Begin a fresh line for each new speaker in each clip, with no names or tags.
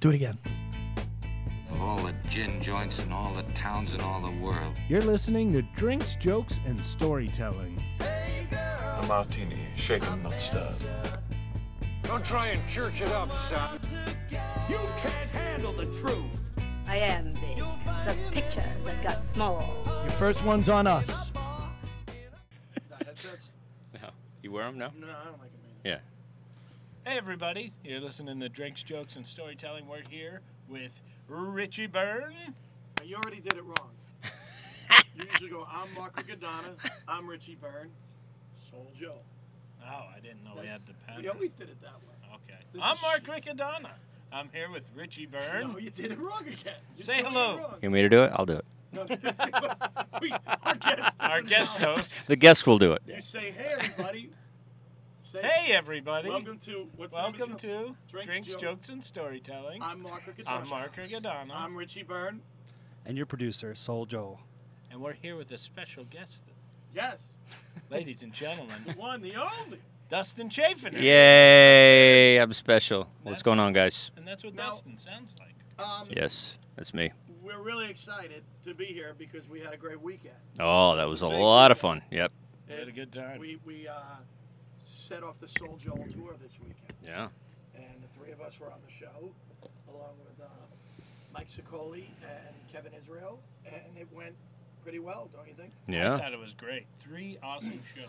Do it again.
Of all the gin joints in all the towns in all the world.
You're listening to Drinks, Jokes, and Storytelling.
A martini, shaken, not stirred.
Don't try and church it up, son.
You can't handle the truth.
I am big. The picture that got small.
Your first one's on us.
No. You wear them? No?
No, I don't like it, man.
Yeah.
Hey, everybody. You're listening to Drinks, Jokes, and Storytelling. We're here with Richie Byrne.
Now, you already did it wrong. you usually go, I'm Marco Gadana, I'm Richie Byrne, Soul Joe.
Oh, I didn't know we had the pattern.
We always did it that way.
Okay.
This
I'm
is
Mark
shit.
Riccadonna. I'm here with Richie Byrne.
No, you did it wrong again. You're
Say
doing it
hello.
wrong.
You want me to do it? I'll do it.
No, we- our guest.
Our
doesn't
guest
know.
host.
The guest will do it.
You say, hey, everybody. Say,
Hey, everybody.
Welcome to what's the name of the
Welcome
show?
to Drinks,
Drinks, Jokes-
Jokes, and Storytelling.
I'm Mark Riccadonna.
I'm Mark Riccadonna.
I'm Richie Byrne.
and your producer, Soul Joel.
and we're here with a special guest,
Yes,
ladies and gentlemen,
the one, the only.
Dustin Chafin.
Yay! I'm special. What's
That's-
going on, guys?
And that's what
Now-
Dustin sounds like.
Um,
Yes, that's me.
We're really excited to be here because we had a great weekend.
Oh, that was a lot of fun. Yep.
We had a good time.
We we uh, set off the Soul Joel tour this weekend,
Yeah.
and the three of us were on the show, along with uh, Mike Sicoli and Kevin Israel, and it went pretty well, don't you think?
I
Yeah.
thought it was great. Three awesome shows.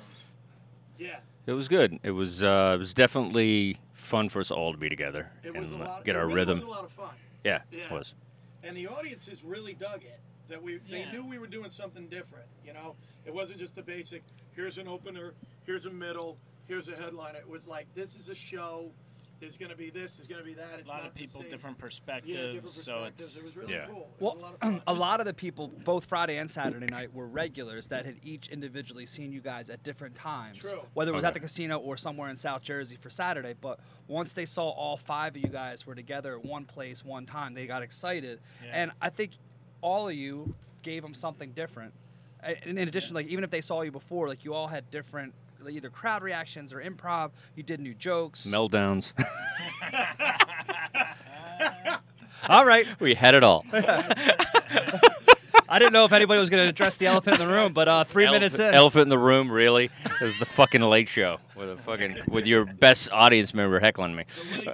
Yeah,
It was good. It was uh, it was definitely fun for us all to be together
it was a
and
lot.
get
it
our
really
rhythm.
Was a lot of fun,
Yeah, it
Yeah.
was.
and the audiences really dug it. That we they
Yeah.
knew we were doing something different. You know, it wasn't just the basic. Here's an opener. Here's a middle. Here's a headliner. It was like this is a show. There's going to be this. There's going to be that.
A
It's
lot
not
of
the
people,
same.
different
Yeah,
perspectives.
different
so it's
perspectives. It was really
Yeah.
cool. It
Well,
was a lot of fun.
a lot of the people, both Friday and Saturday night, were regulars that had each individually seen you guys at different times.
True.
Whether it was at
Okay.
the casino or somewhere in South Jersey for Saturday. But once they saw all five of you guys were together at one place, one time, they got excited.
Yeah.
And I think all of you gave them something different. And in addition, like, even if they saw you before, like, you all had different like, either crowd reactions or improv. You did new jokes.
Meltdowns.
all right.
we had it all.
I didn't know if anybody was going to address the elephant in the room, but uh, three
elephant,
minutes in.
Elephant in the room, really? It was the fucking late show with a fucking with your best audience member heckling me.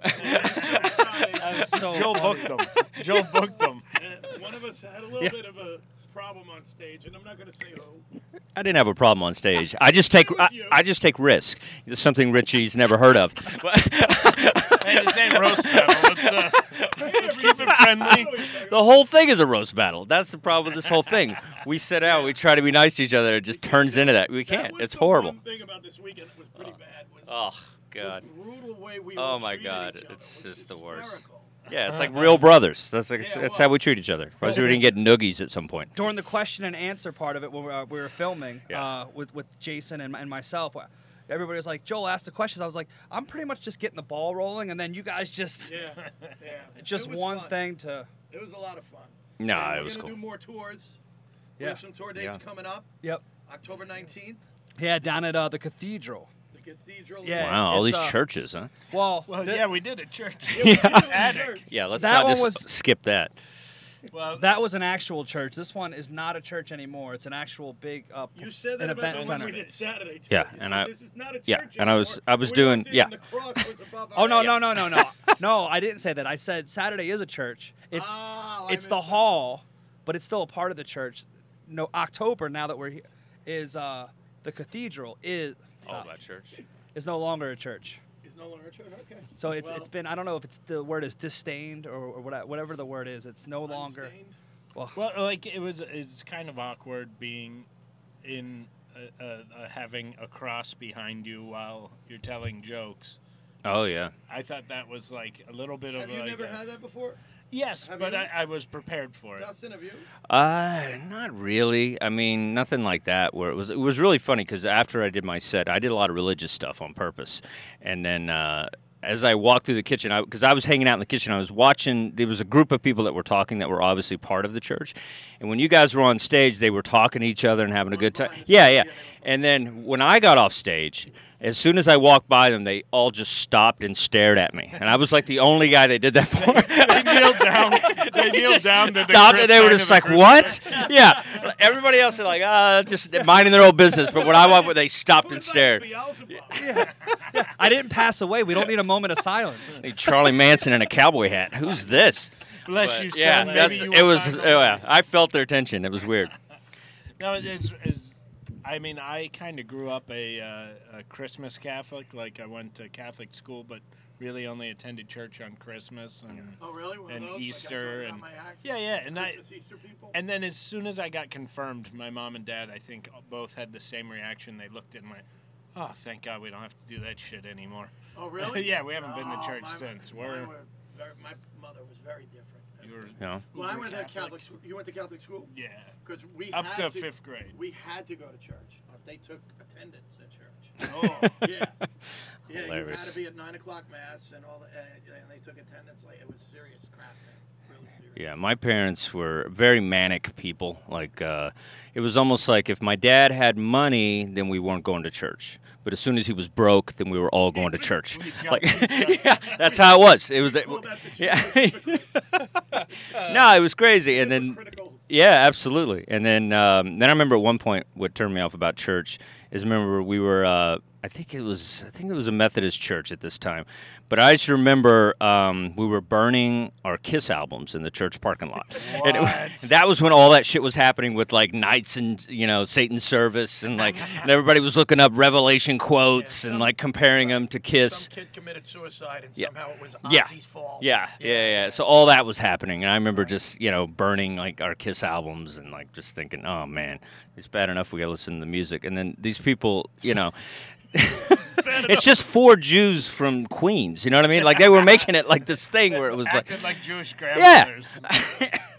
That was so
Joel
funny.
booked them. Joel booked them.
Uh, one of us had a little bit of a problem on stage, and I'm not going to say who.
I didn't have a problem on stage. I just take
was
I,
you.
I just take risk. It's something Richie's never heard of.
Hey, this ain't roast battle. Let's, uh, let's keep it friendly.
the whole thing is a roast battle. That's the problem with this whole thing. We sit out, we try to be nice to each other, it just turns into that. We
That
can't.
was
It's
the
horrible.
One thing about this weekend that was pretty bad was
Oh
the
god.
brutal way we.
Oh
all
my
treated
God,
each other
it's
was
just the worst.
hysterical.
Yeah, it's like real brothers. That's like,
Yeah, it
that's how we
was.
treat each other. Otherwise, we didn't get noogies at some point.
During the question and answer part of it, when we, uh, we were filming
Yeah.
uh, with with Jason and, and myself, uh, everybody was like, "Joel asked the questions." I was like, "I'm pretty much just getting the ball rolling," and then you guys just
Yeah, yeah.
just
It was
one
fun.
thing to
It was a lot of fun.
No,
And
it
we're
was
gonna
cool.
Do more tours. We
Yeah.
have some tour dates
Yeah.
coming up.
yep
October 19th,
yeah down at uh, the cathedral.
the cathedral.
Yeah.
Wow, all these
It's, uh,
churches, huh?
Well,
Well,
th-
yeah, we did at church. Attic.
Yeah, let's
that
not
one
just
was-
skip that.
Well,
that was an actual church. This one is not a church anymore. It's an actual big uh,
You said
an
that about
event
the one
center.
we did Saturday. Too.
Yeah,
You
and
said,
I-
This is not a
yeah,
church
and I was-
anymore.
I was
We
doing-
looked in
yeah.
and The cross was above our
Oh no
head.
no no no no no! I didn't say that. I said Saturday is a church. It's
Oh, I
it's the
missed that.
hall, but it's still a part of the church. No October now that we're here is uh the cathedral is
Oh,
stop,
church.
is no longer a church.
It's no longer a church. Okay.
So it's
Well,
it's been I don't know if it's the word is disdained or, or whatever, whatever the word is. It's no longer.
unstained.
well, like it was. It's kind of awkward being in uh, uh, uh, having a cross behind you while you're telling jokes.
Oh yeah.
I thought that was like a little bit of
Have you
like
never
a-
had that before,
Yes,
Have
but
you?
I, I was prepared for it.
Dustin? Have you?
Uh, not really. I mean, nothing like that. Where it was, it was really funny because after I did my set, I did a lot of religious stuff on purpose, and then uh, as I walked through the kitchen, because I, was hanging out in the kitchen, I was watching. There was a group of people that were talking that were obviously part of the church, and when you guys were on stage, they were talking to each other and having a good time. Yeah, yeah. And then when I got off stage, as soon as I walked by them, they all just stopped and stared at me, and I was like the only guy they did that for.
They kneeled down. They kneeled
just
down. to the
stopped
Chris
and they
sign
were just
of
like,
the
"What?" yeah. Everybody else is like, "Ah, just minding their own business." But when I walked, they stopped and stared.
I didn't pass away. We don't need a moment of silence.
Hey, Charlie Manson in a cowboy hat. Who's this?
Bless
But,
you, son.
yeah,
Maybe
that's
you
it.
will
Was
find
oh,
a way."
yeah, I felt their tension. It was weird.
No, it's, it's I mean, I kind of grew up a, uh, a Christmas Catholic. Like, I went to Catholic school, but really only attended church on Christmas. And,
Oh, really? One of
And
those? Like, I
Easter
totally got
and-
my act.
yeah, yeah. And I,
Christmas Easter people.
and then as soon as I got confirmed, my mom and dad, I think, both had the same reaction. They looked at my, oh, thank God we don't have to do that shit anymore.
oh, really?
Yeah, we haven't been to
Oh,
church
my-
since.
mine
We're-
were very- my mother was very different.
You were,
You know.
When I
were
went to Catholic school, you went to Catholic school
Yeah.
because we
Up
had
to fifth grade.
We had to go to church. They took attendance at church.
Oh,
yeah, yeah. You had
Hilarious.
to be at nine o'clock mass and all, the, and, and they took attendance. Like it was serious crap, man. Really serious.
Yeah, my parents were very manic people. Like, uh, it was almost like if my dad had money, then we weren't going to church. But as soon as he was broke, then we were all going to church.
He's got-
Like,
he's
yeah, that's how it was. It was,
Well, that picture
yeah.
was hypocrites.
no, it was crazy. And then
Hypocritical.
Yeah, absolutely. And then um, then I remember at one point what turned me off about church is I remember we were uh, I think it was I think it was a Methodist church at this time, but I just remember um, we were burning our Kiss albums in the church parking lot. And it wa- that was when all that shit was happening with like knights and you know Satan's service and like and everybody was looking up Revelation quotes and like comparing them to Kiss.
Some kid committed suicide and
Yeah.
somehow it was
Yeah.
Ozzy's fault.
Yeah, yeah, yeah. So all that was happening, and I remember just you know burning like our Kiss albums and like just thinking, oh man, it's bad enough we gotta listen to the music, and then these people, you know. it's just four Jews from Queens, you know what I mean? Like they were making it like this thing where it was like,
acted like Jewish grandmothers.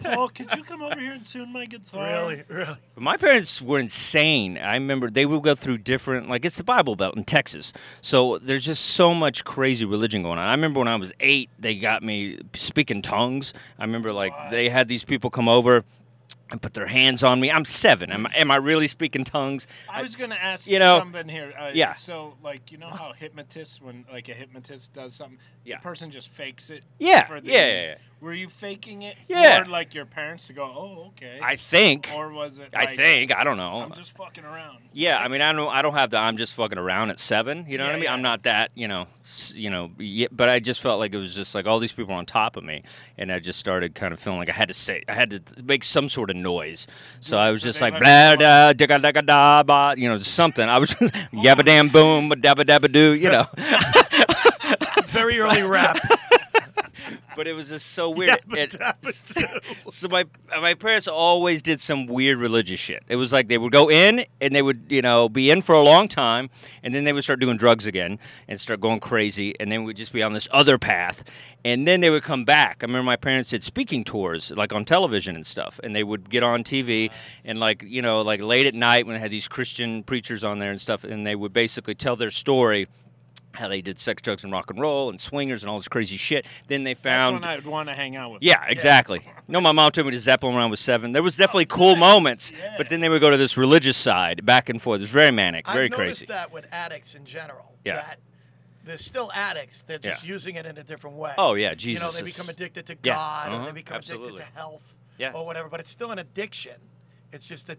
Paul, could you come over here and tune my guitar?
Really, really.
My parents were insane. I remember they would go through different, like it's the Bible Belt in Texas, so there's just so much crazy religion going on. I remember when I was eight, they got me speaking tongues. I remember like they had these people come over and put their hands on me. I'm seven. Am, I- am I really speaking tongues?
I was gonna ask
you know,
something here. Uh,
yeah.
So like you know how hypnotists when like a hypnotist does something,
Yeah.
the person just fakes it.
Yeah,
For the
yeah, yeah, yeah.
Were you faking it?
Yeah.
For like your parents to go, oh okay.
I think.
Or was it?
I
like,
think. I don't know.
I'm just fucking around.
Yeah, I mean, I don't, I don't have the I'm just fucking around at seven. You know what I
Yeah,
mean? I'm
yeah.
not that, you know, s- you know, y but I just felt like it was just like all these people were on top of me, and I just started kind of feeling like I had to say, I had to th- make some sort of noise. So I was
so
just
they
like
let
blah
you
da da da da da ba, you know, something. I was yabba dam boom, dabba dabba doo, you know.
Very early rap.
but it was just so weird. It- so my my parents always did some weird religious shit. It was like they would go in and they would you know be in for a long time, and then they would start doing drugs again and start going crazy, and then we'd just be on this other path, and then they would come back. I remember my parents did speaking tours like on television and stuff, and they would get on TV and like you know like late at night when they had these Christian preachers on there and stuff, and they would basically tell their story. How they did sex, drugs, and rock and roll, and swingers, and all this crazy shit. Then they
That's
found
when I would want to hang out with.
yeah, exactly. No, my mom took me to Zeppelin when I was seven. There was definitely cool moments, but then they would go to this religious side, back and forth. It was very manic, very
I've
crazy.
noticed that with addicts in general.
Yeah.
That they're still addicts. They're just
Yeah.
using it in a different way.
Oh, yeah,
You know,
Jesus
they
is-
become addicted to
Yeah,
God or
uh-huh,
they become
absolutely.
addicted to health
Yeah.
or whatever, but it's still an addiction. It's just a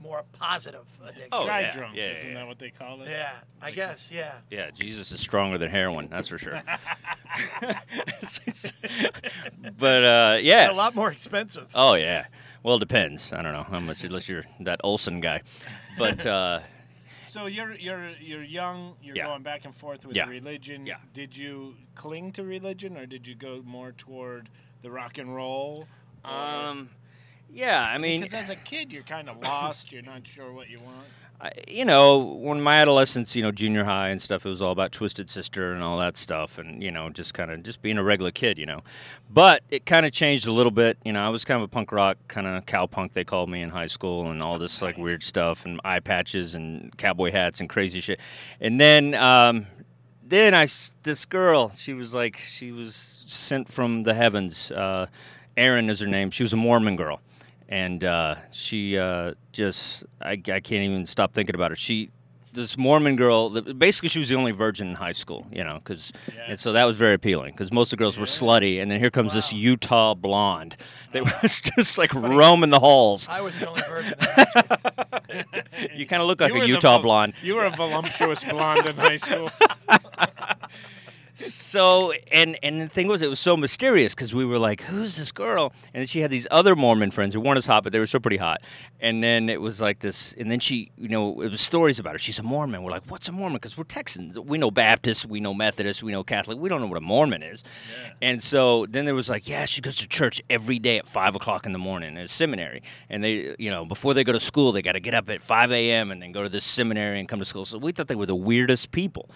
more positive addiction.
Oh,
Dry
yeah,
drunk.
yeah,
isn't
yeah.
that what they call it?
Yeah, I guess, yeah.
Yeah, Jesus is stronger than heroin, that's for sure. but uh,
And
yeah,
a lot more expensive.
Oh yeah. Well, it depends. I don't know how much, unless you're that Olson guy. But uh,
So you're you're you're young. You're
Yeah.
going back and forth with
Yeah.
religion.
Yeah.
Did you cling to religion, or did you go more toward the rock and roll? Or-
um, yeah, I mean,
because as a kid you're kind of lost. You're not sure what you want.
I- you know, when my adolescence, you know, junior high and stuff, it was all about Twisted Sister and all that stuff, and you know, just kind of just being a regular kid, you know. But it kind of changed a little bit. You know, I was kind of a punk rock kind of cowpunk they called me in high school, and all this like weird stuff and eye patches and cowboy hats and crazy shit. And then um, then I s- this girl, she was like she was sent from the heavens. Uh, Aaron is her name. She was a Mormon girl, and uh, she uh, just I, I can't even stop thinking about her. She this Mormon girl, th- basically she was the only virgin in high school, you know, because and so that was very appealing because most of the girls were slutty, and then here comes this Utah blonde that was just like roaming the halls.
I was the only virgin.
You kind of look like
You were
a
the
Utah
vul-
blonde.
You were a voluptuous blonde in high school.
so and and the thing was it was so mysterious because we were like who's this girl and then she had these other mormon friends who weren't as hot but they were still pretty hot and then it was like this and then she you know it was stories about her she's a mormon we're like what's a mormon because we're texans we know baptist we know methodist we know catholic we don't know what a mormon is and so then there was like yeah she goes to church every day at five o'clock in the morning at a seminary and they you know before they go to school they got to get up at 5 a.m and then go to this seminary and come to school so we thought they were the weirdest people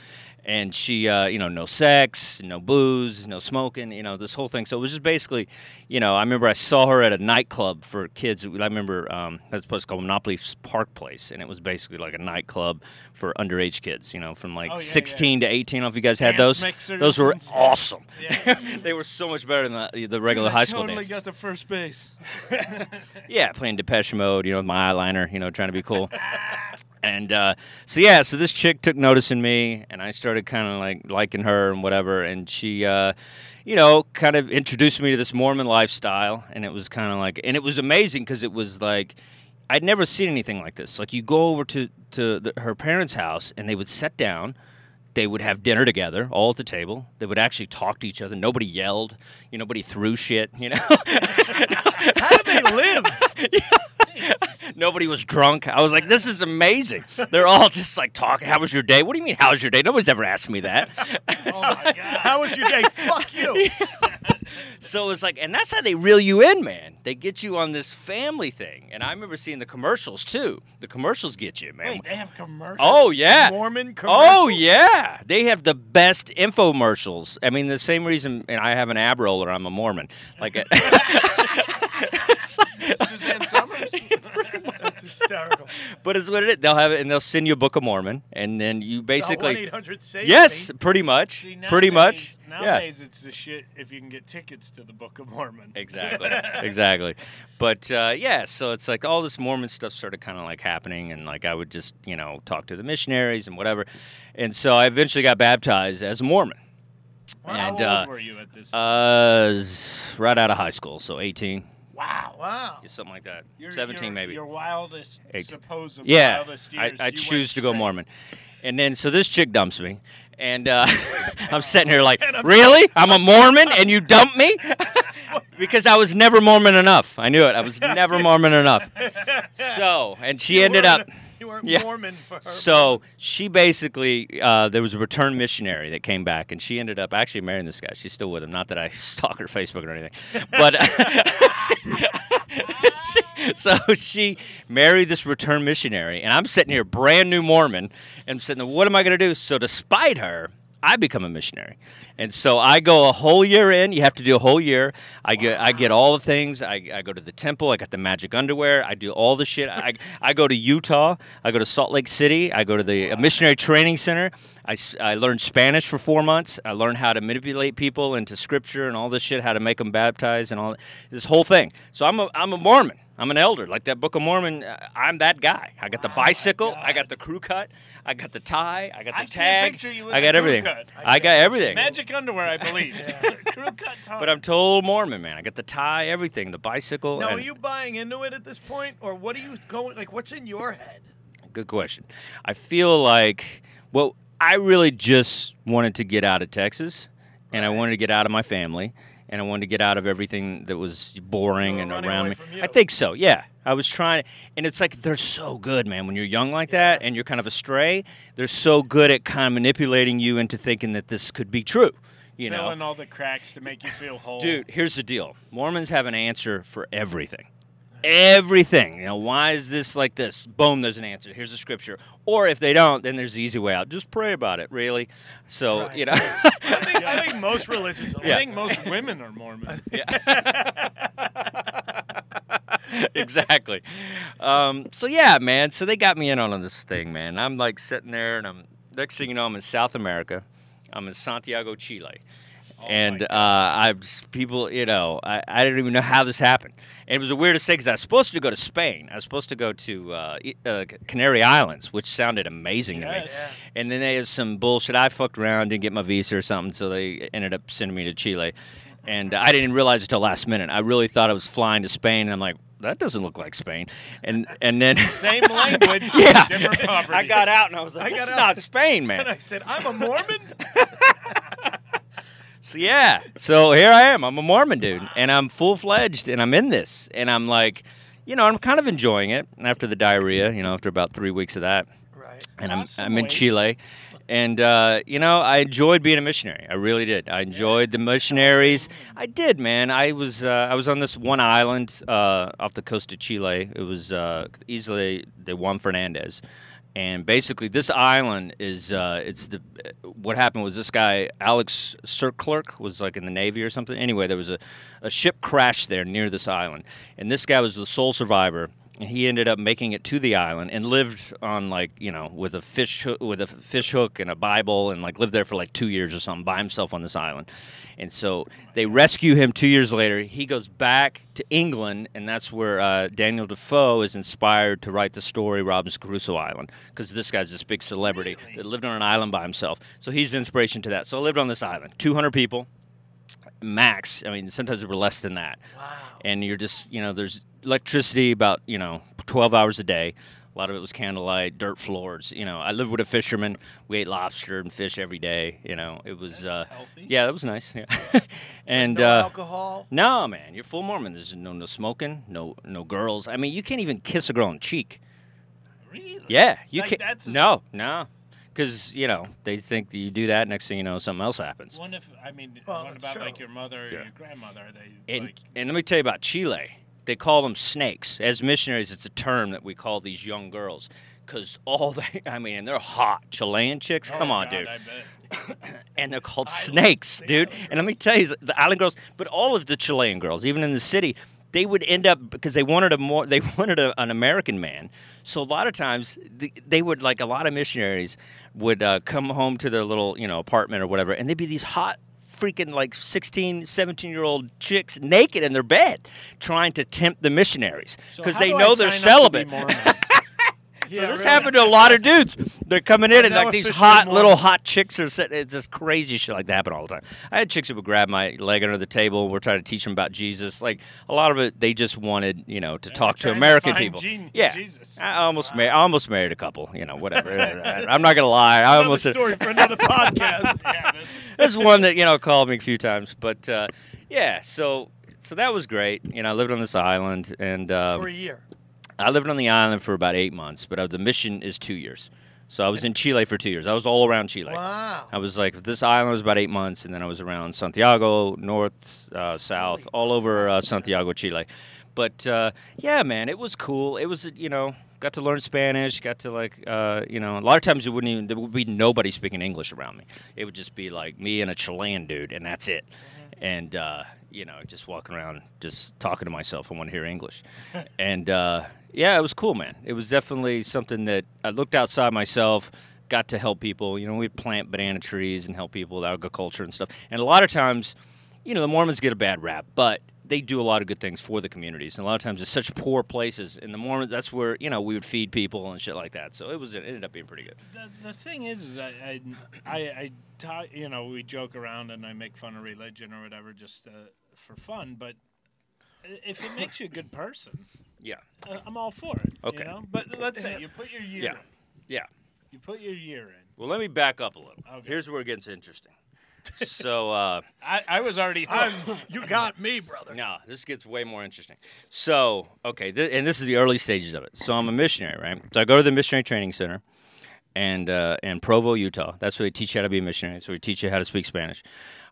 and she uh, you know no sex no booze no smoking you know this whole thing so it was just basically you know i remember i saw her at a nightclub for kids i remember um, that's a place called monopoly park place and it was basically like a nightclub for underage kids you know from like
Oh, yeah, yeah.
16 to 18 i don't know if you guys had
Dance
those
mixers
those were
and stuff.
awesome
Yeah.
they were so much better than the, the regular high school
totally
dances
got the first base.
yeah, playing Depeche Mode, you know, with my eyeliner, you know, trying to be cool. and uh, so yeah, so this chick took notice in me, and I started kind of like liking her and whatever. And she, uh, you know, kind of introduced me to this Mormon lifestyle, and it was kind of like, and it was amazing because it was like. I'd never seen anything like this. Like you go over to to the, her parents' house and they would sit down, they would have dinner together, all at the table. They would actually talk to each other. Nobody yelled, you know, nobody threw shit, you know. Nobody was drunk. I was like, this is amazing. They're all just like talking. How was your day? What do you mean, how was your day? Nobody's ever asked me that.
Oh,
How was your day? Fuck you.
so it's like, and that's how they reel you in, man. They get you on this family thing. And I remember seeing the commercials too. The commercials get you, man.
Wait, they have commercials.
Oh yeah,
Mormon
Oh
commercials?
yeah, they have the best infomercials. I mean, the same reason. And I have an ab roller. I'm a Mormon. Like, it-
Suzanne Summers.
That's hysterical.
but it's what it is. They'll have it, and they'll send you a Book of Mormon, and then you basically.
One eight hundred save
Yes,
Me.
pretty much.
See,
pretty much.
nowadays-
yeah.
Nowadays, it's the shit if you can get tickets to the Book of Mormon.
Exactly. exactly. But uh, yeah, so it's like all this Mormon stuff started kind of like happening, and like I would just you know talk to the missionaries and whatever, and so I eventually got baptized as a Mormon.
How
and
old
uh,
were you at this?
uh, s- right out of high school, so 18,
wow.
Wow.
something like that,
Your-
17
your-
maybe.
Your wildest,
Eight.
supposed
yeah,
wildest
I,
years.
I
you went
choose to go
straight.
Mormon. And then, so this chick dumps me, and uh, I'm sitting here like, really? I'm a Mormon, and you dump me? because I was never Mormon enough. I knew it. I was never Mormon enough. So, and she ended up.
You weren't
Yeah.
Mormon for her.
So she basically, uh, there was a return missionary that came back, and she ended up actually marrying this guy. She's still with him. Not that I stalk her Facebook or anything, but she- so she married this return missionary, and I'm sitting here, brand new Mormon, and I'm sitting there. What am I going to do? So despite her. I become a missionary, and so I go a whole year in. You have to do a whole year. I get I get all the things. I, I go to the temple. I got the magic underwear. I do all the shit. I I go to Utah. I go to Salt Lake City. I go to the uh, missionary training center. I, s- I learned Spanish for four months. I learned how to manipulate people into scripture and all this shit. How to make them baptized and all this whole thing. So I'm a I'm a Mormon. I'm an elder, like that Book of Mormon. uh, I'm that guy. I got the bicycle. I got the crew cut. I got the tie. I got
Ah,
the
I can't
tag.
picture you with
I
the
got
crew
everything.
cut.
I got everything.
Magic underwear, I believe. Crew cut top.
But I'm total Mormon, man. I got the tie, everything, the bicycle.
Now, are
and-
you buying into it at this point, or what are you going? Like, what's in your head?
Good question. I feel like, well, I really just wanted to get out of Texas, and I wanted to get out of my family, and I wanted to get out of everything that was boring
were
and
running
around
away
me.
from you.
I think so. Yeah, I was trying, and it's like they're so good, man. When you're young like that, and you're kind of astray, they're so good at kind of manipulating you into thinking that this could be true. You know,
Fill in all the cracks to make you feel whole.
Dude, here's the deal. Mormons have an answer for everything. Everything. You know, why is this like this? Boom, there's an answer. Here's the scripture. Or if they don't, then there's the easy way out. Just pray about it, really. So, you know.
I think, I think most religions. Are
Yeah.
I think most women are Mormon.
exactly. Um, so yeah, man. So they got me in on this thing, man. I'm like sitting there, and I'm next thing you know, I'm in South America. I'm in Santiago, Chile.
Oh
and
my
uh, I people, you know, I, I didn't even know how this happened. And it was the weirdest thing because I was supposed to go to Spain. I was supposed to go to uh, I- uh, Canary Islands, which sounded amazing to me.
Yes. Yeah.
And then they had some bullshit. I fucked around, didn't get my visa or something, so they ended up sending me to Chile. And I didn't realize it till last minute. I really thought I was flying to Spain, and I'm like, that doesn't look like Spain. And and then
Same language,
yeah,
different property.
I got out and I was like,
I
this
got
is
out.
not Spain,
And
man.
I said, I'm a Mormon?
So yeah, so here I am. I'm a Mormon dude, and I'm full fledged, and I'm in this, and I'm like, you know, I'm kind of enjoying it after the diarrhea, you know, after about three weeks of that.
right.
and I'm,
Lost some
I'm in
weight.
Chile. And, uh, you know, I enjoyed being a missionary. I really did. I enjoyed the missionaries. I did, man. I was uh, I was on this one island uh, off the coast of Chile. It was uh, easily the Juan Fernandez. And basically, this island is uh, it's the what happened was this guy Alex Sirclerk was like in the Navy or something. Anyway, there was a, a ship crash there near this island, and this guy was the sole survivor and he ended up making it to the island and lived on like you know with a fish hoo- with a fish hook and a bible and like lived there for like two years or something by himself on this island and so they rescue him two years later he goes back to england and that's where uh, daniel defoe is inspired to write the story robinson crusoe island because this guy's this big celebrity that lived on an island by himself so he's the inspiration to that so i lived on this island 200 people max. I mean, sometimes we're less than that. Wow. And you're just, you know, there's electricity about, you know, 12 hours a day. A lot of it was candlelight, dirt floors. You know, I lived with a fisherman. We ate lobster and fish every day. You know, it was uh,
healthy.
Yeah, that was nice. Yeah. and
No
uh,
alcohol.
no, man, you're full Mormon. There's no no smoking, no no girls. I mean, you can't even kiss a girl on the cheek.
Really?
Yeah, you
Like,
can't.
that's a-
no, no, because you know they think that you do that. Next thing you know, something else happens.
One if I mean,
Well,
what
that's
about
true.
like your mother or
Yeah.
your grandmother? Are they
And,
like
and let me tell you about Chile. They call them snakes. As missionaries, it's a term that we call these young girls because all they, I mean, and they're hot. Chilean chicks, come
Oh,
on,
God,
dude.
I bet.
And they're called snakes, dude. And let me tell you, the island girls, but all of the Chilean girls, even in the city, they would end up because they wanted a more, they wanted a, an American man. So a lot of times the, they would like a lot of missionaries would uh, come home to their little, you know, apartment or whatever, and they'd be these hot freaking like 16 17 year old chicks naked in their bed trying to tempt the missionaries
So
because
how
they
do I
know they're
sign up to
celibate
be
so
Mormon?
this happened to a lot of dudes they're coming
Oh,
in and
now
like these
officially
hot
Mormon.
little hot chicks are sitting it's just crazy shit like that happened all the time i had chicks that would grab my leg under the table we're trying to teach them about jesus like a lot of it they just wanted you know to talk to
trying to
american
find
people
Gene-
yeah
Jesus.
i almost married i almost married a couple you know whatever i'm not gonna lie i
Another
almost
story for another podcast.
yeah, this,
There's one that you know called me a few times, but uh, yeah, so so that was great. You know, I lived on this island, and
for
um,
a year.
I lived on the island for about eight months, but uh, the mission is two years. So I was in Chile for two years. I was all around Chile.
Wow.
I was like, this island was about eight months, and then I was around Santiago, north, uh, south, all over uh, Santiago, Chile. But uh, yeah, man, it was cool. It was, you know, got to learn Spanish, got to like, uh, you know, a lot of times it wouldn't even, there would be nobody speaking English around me. It would just be like me and a Chilean dude, and that's it. And, uh, you know, just walking around, just talking to myself. I want to hear English. and uh, yeah, it was cool, man. It was definitely something that I looked outside myself got to help people. You know, we'd plant banana trees and help people with agriculture and stuff. And a lot of times, you know, the Mormons get a bad rap, but they do a lot of good things for the communities. And a lot of times, it's such poor places. And the Mormons, that's where you know we would feed people and shit like that. So it was it ended up being pretty good.
the, the thing is, is I, I, I, I ta- you know, we joke around and I make fun of religion or whatever just uh, for fun, but i- if it makes you a good person,
Yeah,
uh, I'm all for it. you
Okay.
know? But let's say you put your year
yeah,
in.
yeah.
You put your year in.
Well, let me back up a little.
Okay.
Here's where it gets interesting. so. uh
I, I was already. hooked.
You got me, brother.
No, this gets way more interesting. So, okay, th- and this is the early stages of it. So I'm a missionary, right? So I go to the missionary training center, and uh, in Provo, Utah. That's where they teach you how to be a missionary. That's where they teach you how to speak Spanish.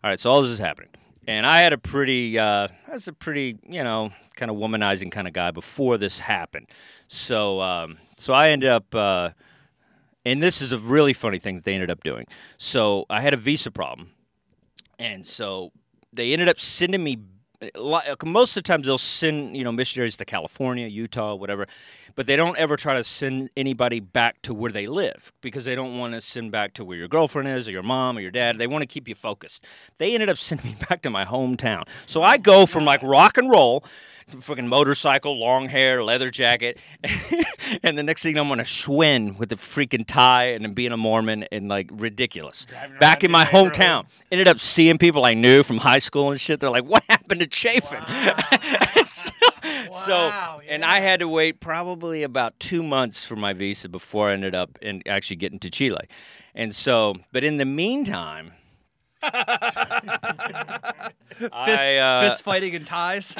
All right, so all this is happening, and I had a pretty, uh, I was a pretty, you know, kind of womanizing kind of guy before this happened. So, um, so I ended up. Uh, and this is a really funny thing that they ended up doing. So I had a visa problem, and so they ended up sending me li- uh, most of the times they'll send you know missionaries to California, Utah, whatever, but they don't ever try to send anybody back to where they live because they don't want to send back to where your girlfriend is or your mom or your dad. They want to keep you focused. They ended up sending me back to my hometown, so I go from like rock and roll. Fucking motorcycle, long hair, leather jacket, and the next thing I'm on a Schwinn with a freaking tie and being a Mormon and like ridiculous.
around
Back in my
your neighborhood.
hometown, ended up seeing people I knew from high school and shit. They're like, "What happened to Chafin?" so, so-
Wow,
and
yeah.
I had to wait probably about two months for my visa before I ended up in actually getting to Chile. And so, but in the meantime, I uh,
Fist fighting and ties.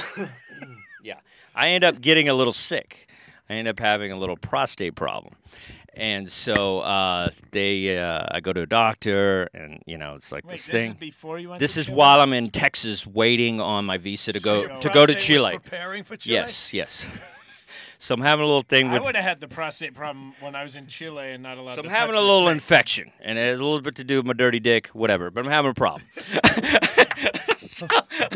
yeah, I end up getting a little sick. I end up having a little prostate problem, and so uh, they uh, I go to a doctor, and you know it's like
Wait,
this
this
thing.
is before you went.
This
to
is
Chile?
while I'm in Texas waiting on my visa to go
your
to go to
Prostate was
Chile.
Preparing for Chile.
Yes, yes. So I'm having a little thing
I
with.
would have had the prostate problem when I was in Chile and not allowed.
So I'm
to
having
touch
a
the
little
snake.
infection, and it has a little bit to do with my dirty dick, whatever. But I'm having a problem.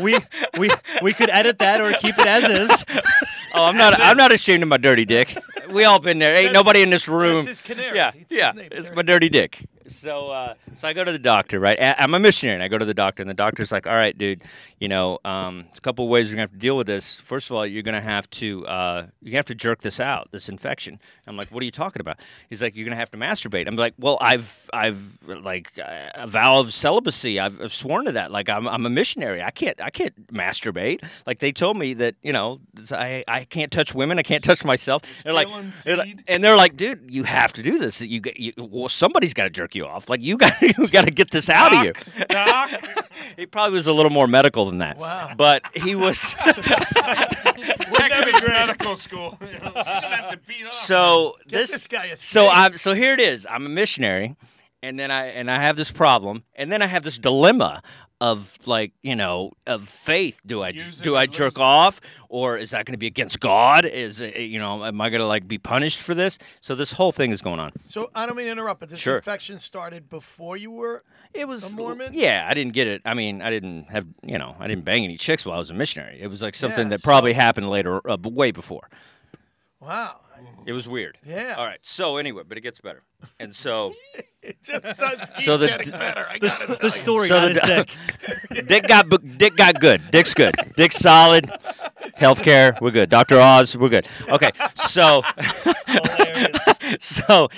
we we we could edit that or keep it as is.
oh, I'm not. I'm not ashamed of my dirty dick. We all been there. Ain't
That's-
nobody in this room.
his canary.
Yeah,
It's his
yeah.
name,
it's
dirty
my dirty dick. So, uh, so I go to the doctor, right? I- I'm a missionary, and I go to the doctor, and the doctor's like, "All right, dude, you know, um, there's a couple of ways you're gonna have to deal with this. First of all, you're gonna have to uh, you have to jerk this out, this infection." I'm like, "What are you talking about?" He's like, "You're gonna have to masturbate." I'm like, "Well, I've I've like uh, a vow of celibacy. I've, I've sworn to that. Like, I'm, I'm a missionary. I can't I can't masturbate. Like, they told me that you know I I can't touch women. I can't touch myself. They're like,
Spilling
they're like-
seed.
and they're like, dude, you have to do this. You, get- you well, somebody's got to jerk you off. Like you got you got to get this out of you.
Doc,
He probably was a little more medical than that.
Wow.
But he was
Texas medical school. You know, have to beat off.
so
Get
this,
this guy a
so
steak.
I'm so here it is. I'm a missionary, and then I and I have this problem, and then I have this dilemma of like you know of faith. Do I
Use it
do
or
I
lose
jerk
it.
off, or is that going to be against God? Is it, you know am I going to like be punished for this? So this whole thing is going on.
So I don't mean to interrupt, but this
Sure.
infection started before you were.
It was
A Mormon?
Yeah, I didn't get it. I mean, I didn't have you know, I didn't bang any chicks while I was a missionary. It was like something
Yeah,
that
so-
probably happened later, uh, b- way before.
Wow.
It was weird.
Yeah.
All right. So anyway, but it gets better, and so
It just does keep
So the-
getting better. I
The,
gotta
s-
tell
the
you.
story,
so
not his
the-
dick.
Dick got bu- Dick got good. Dick's good. Dick's solid. Healthcare, we're good. Doctor Oz, we're good. Okay, so so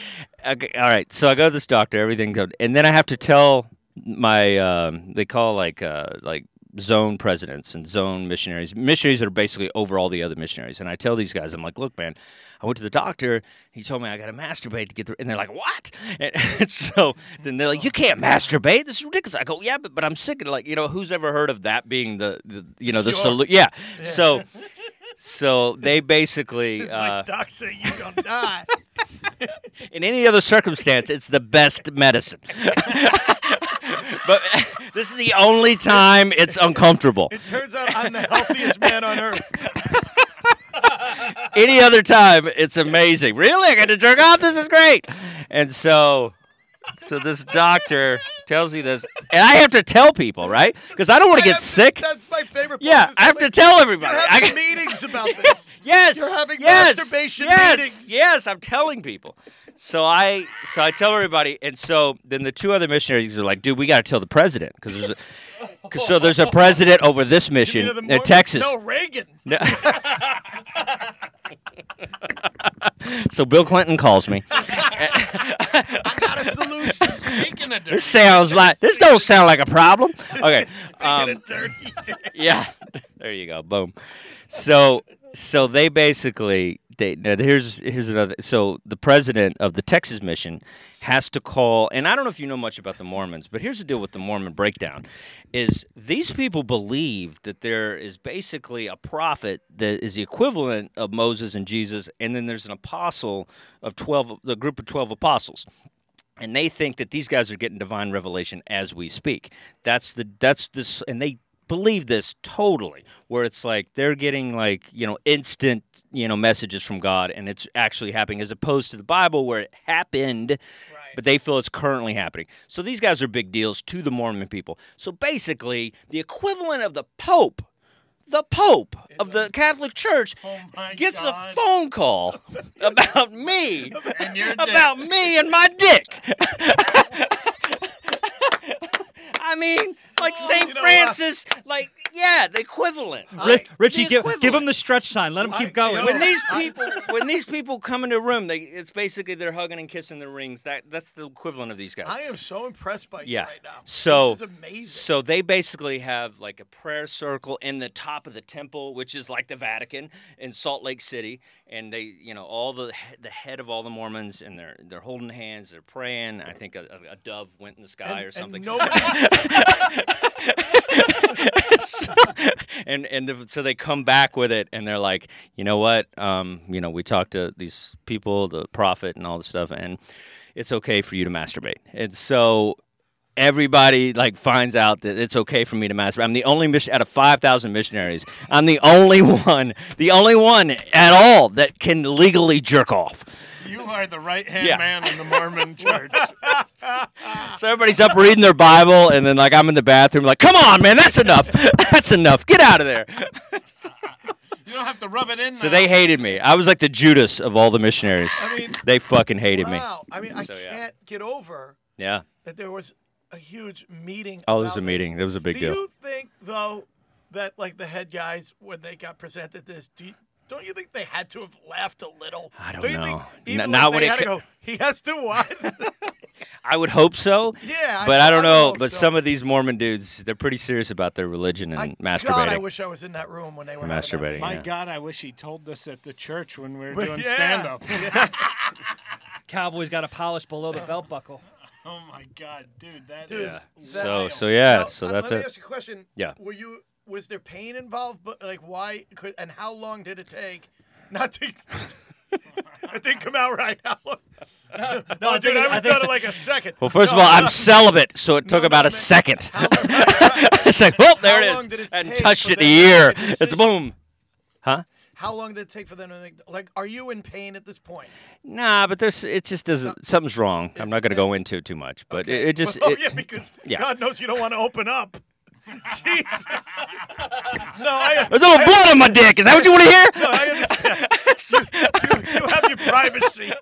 okay, all right. So I go to this doctor. Everything good, and then I have to tell my um, they call like uh, like zone presidents and zone missionaries. Missionaries that are basically over all the other missionaries. And I tell these guys, I'm like, look, man, I went to the doctor. He told me I got to masturbate to get through. And they're like, what? And, so then they're like, you can't masturbate. This is ridiculous. I go, yeah, but, but I'm sick. And like, you know, who's ever heard of that being the, the you know, the solution? Yeah. So. So they basically,
It's
uh,
like Doc said, you're gonna die.
in any other circumstance, it's the best medicine. but this is the only time it's uncomfortable.
It turns out I'm the healthiest man on earth.
any other time, it's amazing. Really, I got to jerk off. This is great. And so, so this doctor tells you this, and I have to tell people, right? Because I don't want to
I
get
have to-
sick.
That's my favorite. Part
Yeah,
of this
I have
whole
to
thing.
tell everybody.
You're
I
having
got-
meetings about this.
Yes.
You're having
yes,
masturbation
yes,
meetings.
Yes, I'm telling people. So I so I tell everybody, and so then the two other missionaries are like, "Dude, we got to tell the president because there's a, cause, so there's a president over this
You
mission
know, the
in
Mormons?
Texas.
No, Reagan.
No. so Bill Clinton calls me.
Got a solution.
Speaking of
This sounds like this don't sound like a problem. Okay.
Get
Um,
a dirty dick.
yeah. There you go. Boom. So so they basically they now here's here's another so the president of the Texas mission has to call and I don't know if you know much about the Mormons, but here's the deal with the Mormon breakdown is these people believe that there is basically a prophet that is the equivalent of Moses and Jesus and then there's an apostle of 12 the group of 12 apostles and they think that these guys are getting divine revelation as we speak. That's the that's this, and they believe this totally. Where it's like they're getting like you know instant you know messages from God, and it's actually happening, as opposed to the Bible where it happened, but they feel it's currently happening. So these guys are big deals to the Mormon people. So basically, the equivalent of the Pope the Pope of the Catholic Church gets a phone call about me, about me and my dick. I mean, like St. Francis, like, yeah, the equivalent.
Ri- Richie, give,
The
give
equivalent.
him the stretch sign. Let him keep going.
When these people, when these people come into a room, they it's basically they're hugging and kissing the rings. That that's the equivalent of these guys.
I am so impressed by you
yeah.
right now.
So
this is amazing.
So they basically have like a prayer circle in the top of the temple, which is like the Vatican in Salt Lake City, and they, you know, all the he- the head of all the Mormons, and they're they're holding hands, they're praying. I think a, a- a dove went in the sky
And-
or
and
something.
nobody-
So- and and the, so they come back with it, and they're like, you know what? Um, you know, we talked to these people, the prophet, and all this stuff, and it's okay for you to masturbate. And so everybody like finds out that it's okay for me to masturbate. I'm the only mission out of five thousand missionaries. I'm the only one, the only one at all that can legally jerk off.
You are the right hand
Yeah.
man in the Mormon church.
So everybody's up reading their Bible, and then like I'm in the bathroom, like, come on, man, that's enough, that's enough, get out of there.
You don't have to rub it in.
So they hated me. I was like the Judas of all the missionaries.
I mean,
they fucking hated
wow.
me.
I mean, I
So, yeah.
can't get over
Yeah.
that there was a huge meeting.
Oh, there was
about
a meeting. There was a big
do
deal.
you think though that like the head guys when they got presented this? Do you, don't you think they had to have laughed a little? I
don't
you think
know.
even
N-
like,
not when
they
it
had to
co-
go, He has to what?
I would hope so.
Yeah, I-
But I, don't
I would
know.
hope
But
so.
some of these Mormon dudes, they're pretty serious about their religion and Mm, masturbating.
God, I wish I was in that room when they were having that
Masturbating,
meeting.
My
yeah.
God, I wish he told this at the church when we were
But
doing
yeah.
stand up.
Cowboys got to polish below the belt buckle.
oh my God, dude, that
Dude,
is
is that-
So so yeah.
Now,
So
uh,
that's
let
it.
me ask you a question.
Yeah.
Were you was there pain involved? But like, why? Could, and how long did it take? Not to. it didn't come out right. How long- No,
no, I
dude,
think it-
I
I
was
think-
done in like a second.
Well, first
No,
of all,
no.
I'm celibate, so it took about a second. it's like, well, there
How
it
long did
is,
it
and
take
touched
for
it
them
in the
to
ear.
make a
It's boom. Huh?
How long did it take for them to make? Like, are you in pain at this point?
Nah, but there's it just doesn't something's wrong. I'm not going to go into it too much, but it, it just
oh
it,
yeah, because
yeah.
God knows you don't want to open up. Jesus. no, I.
There's a little
I-
blood on my dick. Is that what you want to hear?
No, I understand. you, you, you have your privacy.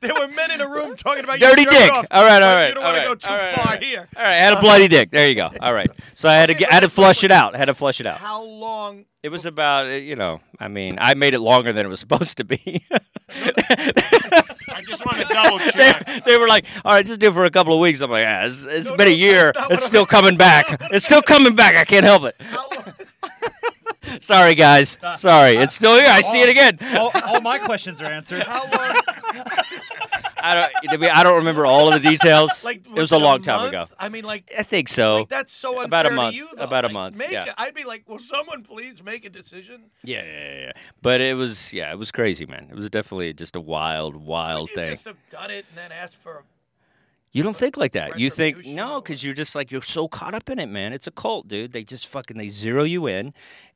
There were men in a room talking about
Dirty
you jerk
dick.
Off,
All right,
but
all right.
You don't
all
want
right,
to go too
all right,
far
all right.
here. Uh,
All right, I had a bloody dick. There you go. All right. So I had to get, I had to flush it out. I had to flush it out.
How long?
It was about, uh, you know, I mean, I made it longer than it was supposed to be.
I just want to double
they,
check.
they were like, all right, just do it for a couple of weeks. I'm like, ah, it's, it's
No,
been a
no,
year.
that's not what
It's
I'm-
still coming back. It's still coming back. I can't help it.
How Uh, long?
Sorry, guys. Sorry. It's still here. I see
oh,
it again.
all, all my questions are answered.
How long?
I don't, to be- I don't remember all of the details.
Like
it was a long time
month?
ago.
I mean, like.
I think so.
Like that's so unfair
About a month.
to you, though.
About a
Like,
month,
Make
yeah.
it- I'd be like, will someone please make a decision?
Yeah, yeah, yeah, yeah. But it was, yeah, it was crazy, man. It was definitely just a wild, wild
You
thing.
just have done it and then asked for.
you don't think like that. You think
retribution
no,
or
because you're just like you're so caught up in it, man. It's a cult, dude. They just fucking they zero you in,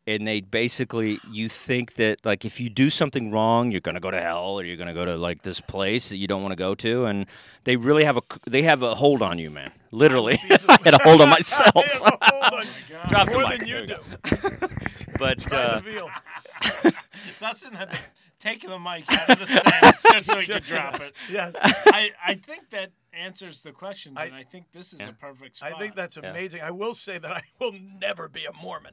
and they basically you think that like if you do something wrong, you're gonna go to hell or you're gonna go to like this place that you don't want to go to, and they really have a c- they have a hold on you, man. Literally, I had a hold on myself.
They have a hold on
Drop the
more
mic.
than you
There we
do.
go. but
Try the
uh,
veal.
Dustin had to take the mic out of the stand just so he could drop it.
Yeah,
I, I think that answers the questions,
I-
and I think this is a perfect spot.
I think that's amazing. I will say that I will never be a Mormon.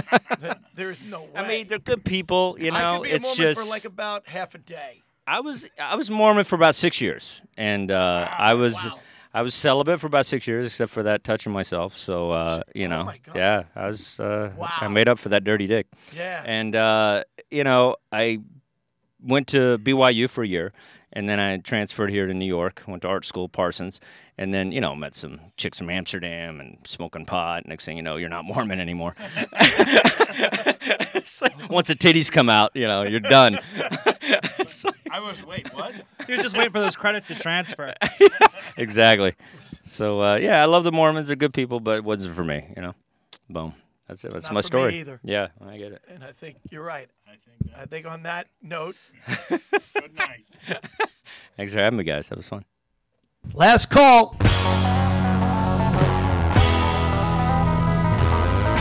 there is no way.
I mean, they're good people, you know.
I could be a
it's
Mormon
just
for like about half a day.
I was I was Mormon for about six years, and uh, I was
Ah, wow.
I was celibate for about six years, except for that touching myself. So uh, you know,
oh my God.
yeah, I was uh, I
Wow.
made up for that dirty dick,
Yeah.
and uh, you know I went to BYU for a year, and then I transferred here to New York. Went to art school, Parsons, and then you know met some chicks from Amsterdam and smoking pot. Next thing you know, you're not Mormon anymore. So, once the titties come out, you know you're done. So-
I was wait what?
He was just waiting for those credits to transfer.
exactly. So uh, yeah, I love the Mormons. They're good people, but it wasn't for me. You know, boom. That's it. That's
not
my
for me
story.
either.
Yeah, I get it.
And I think you're right.
I think
I think on that note,
that. Good night.
Thanks for having me, guys. That was fun.
last call.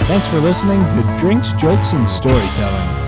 Thanks for listening to Drinks, Jokes, and Storytelling.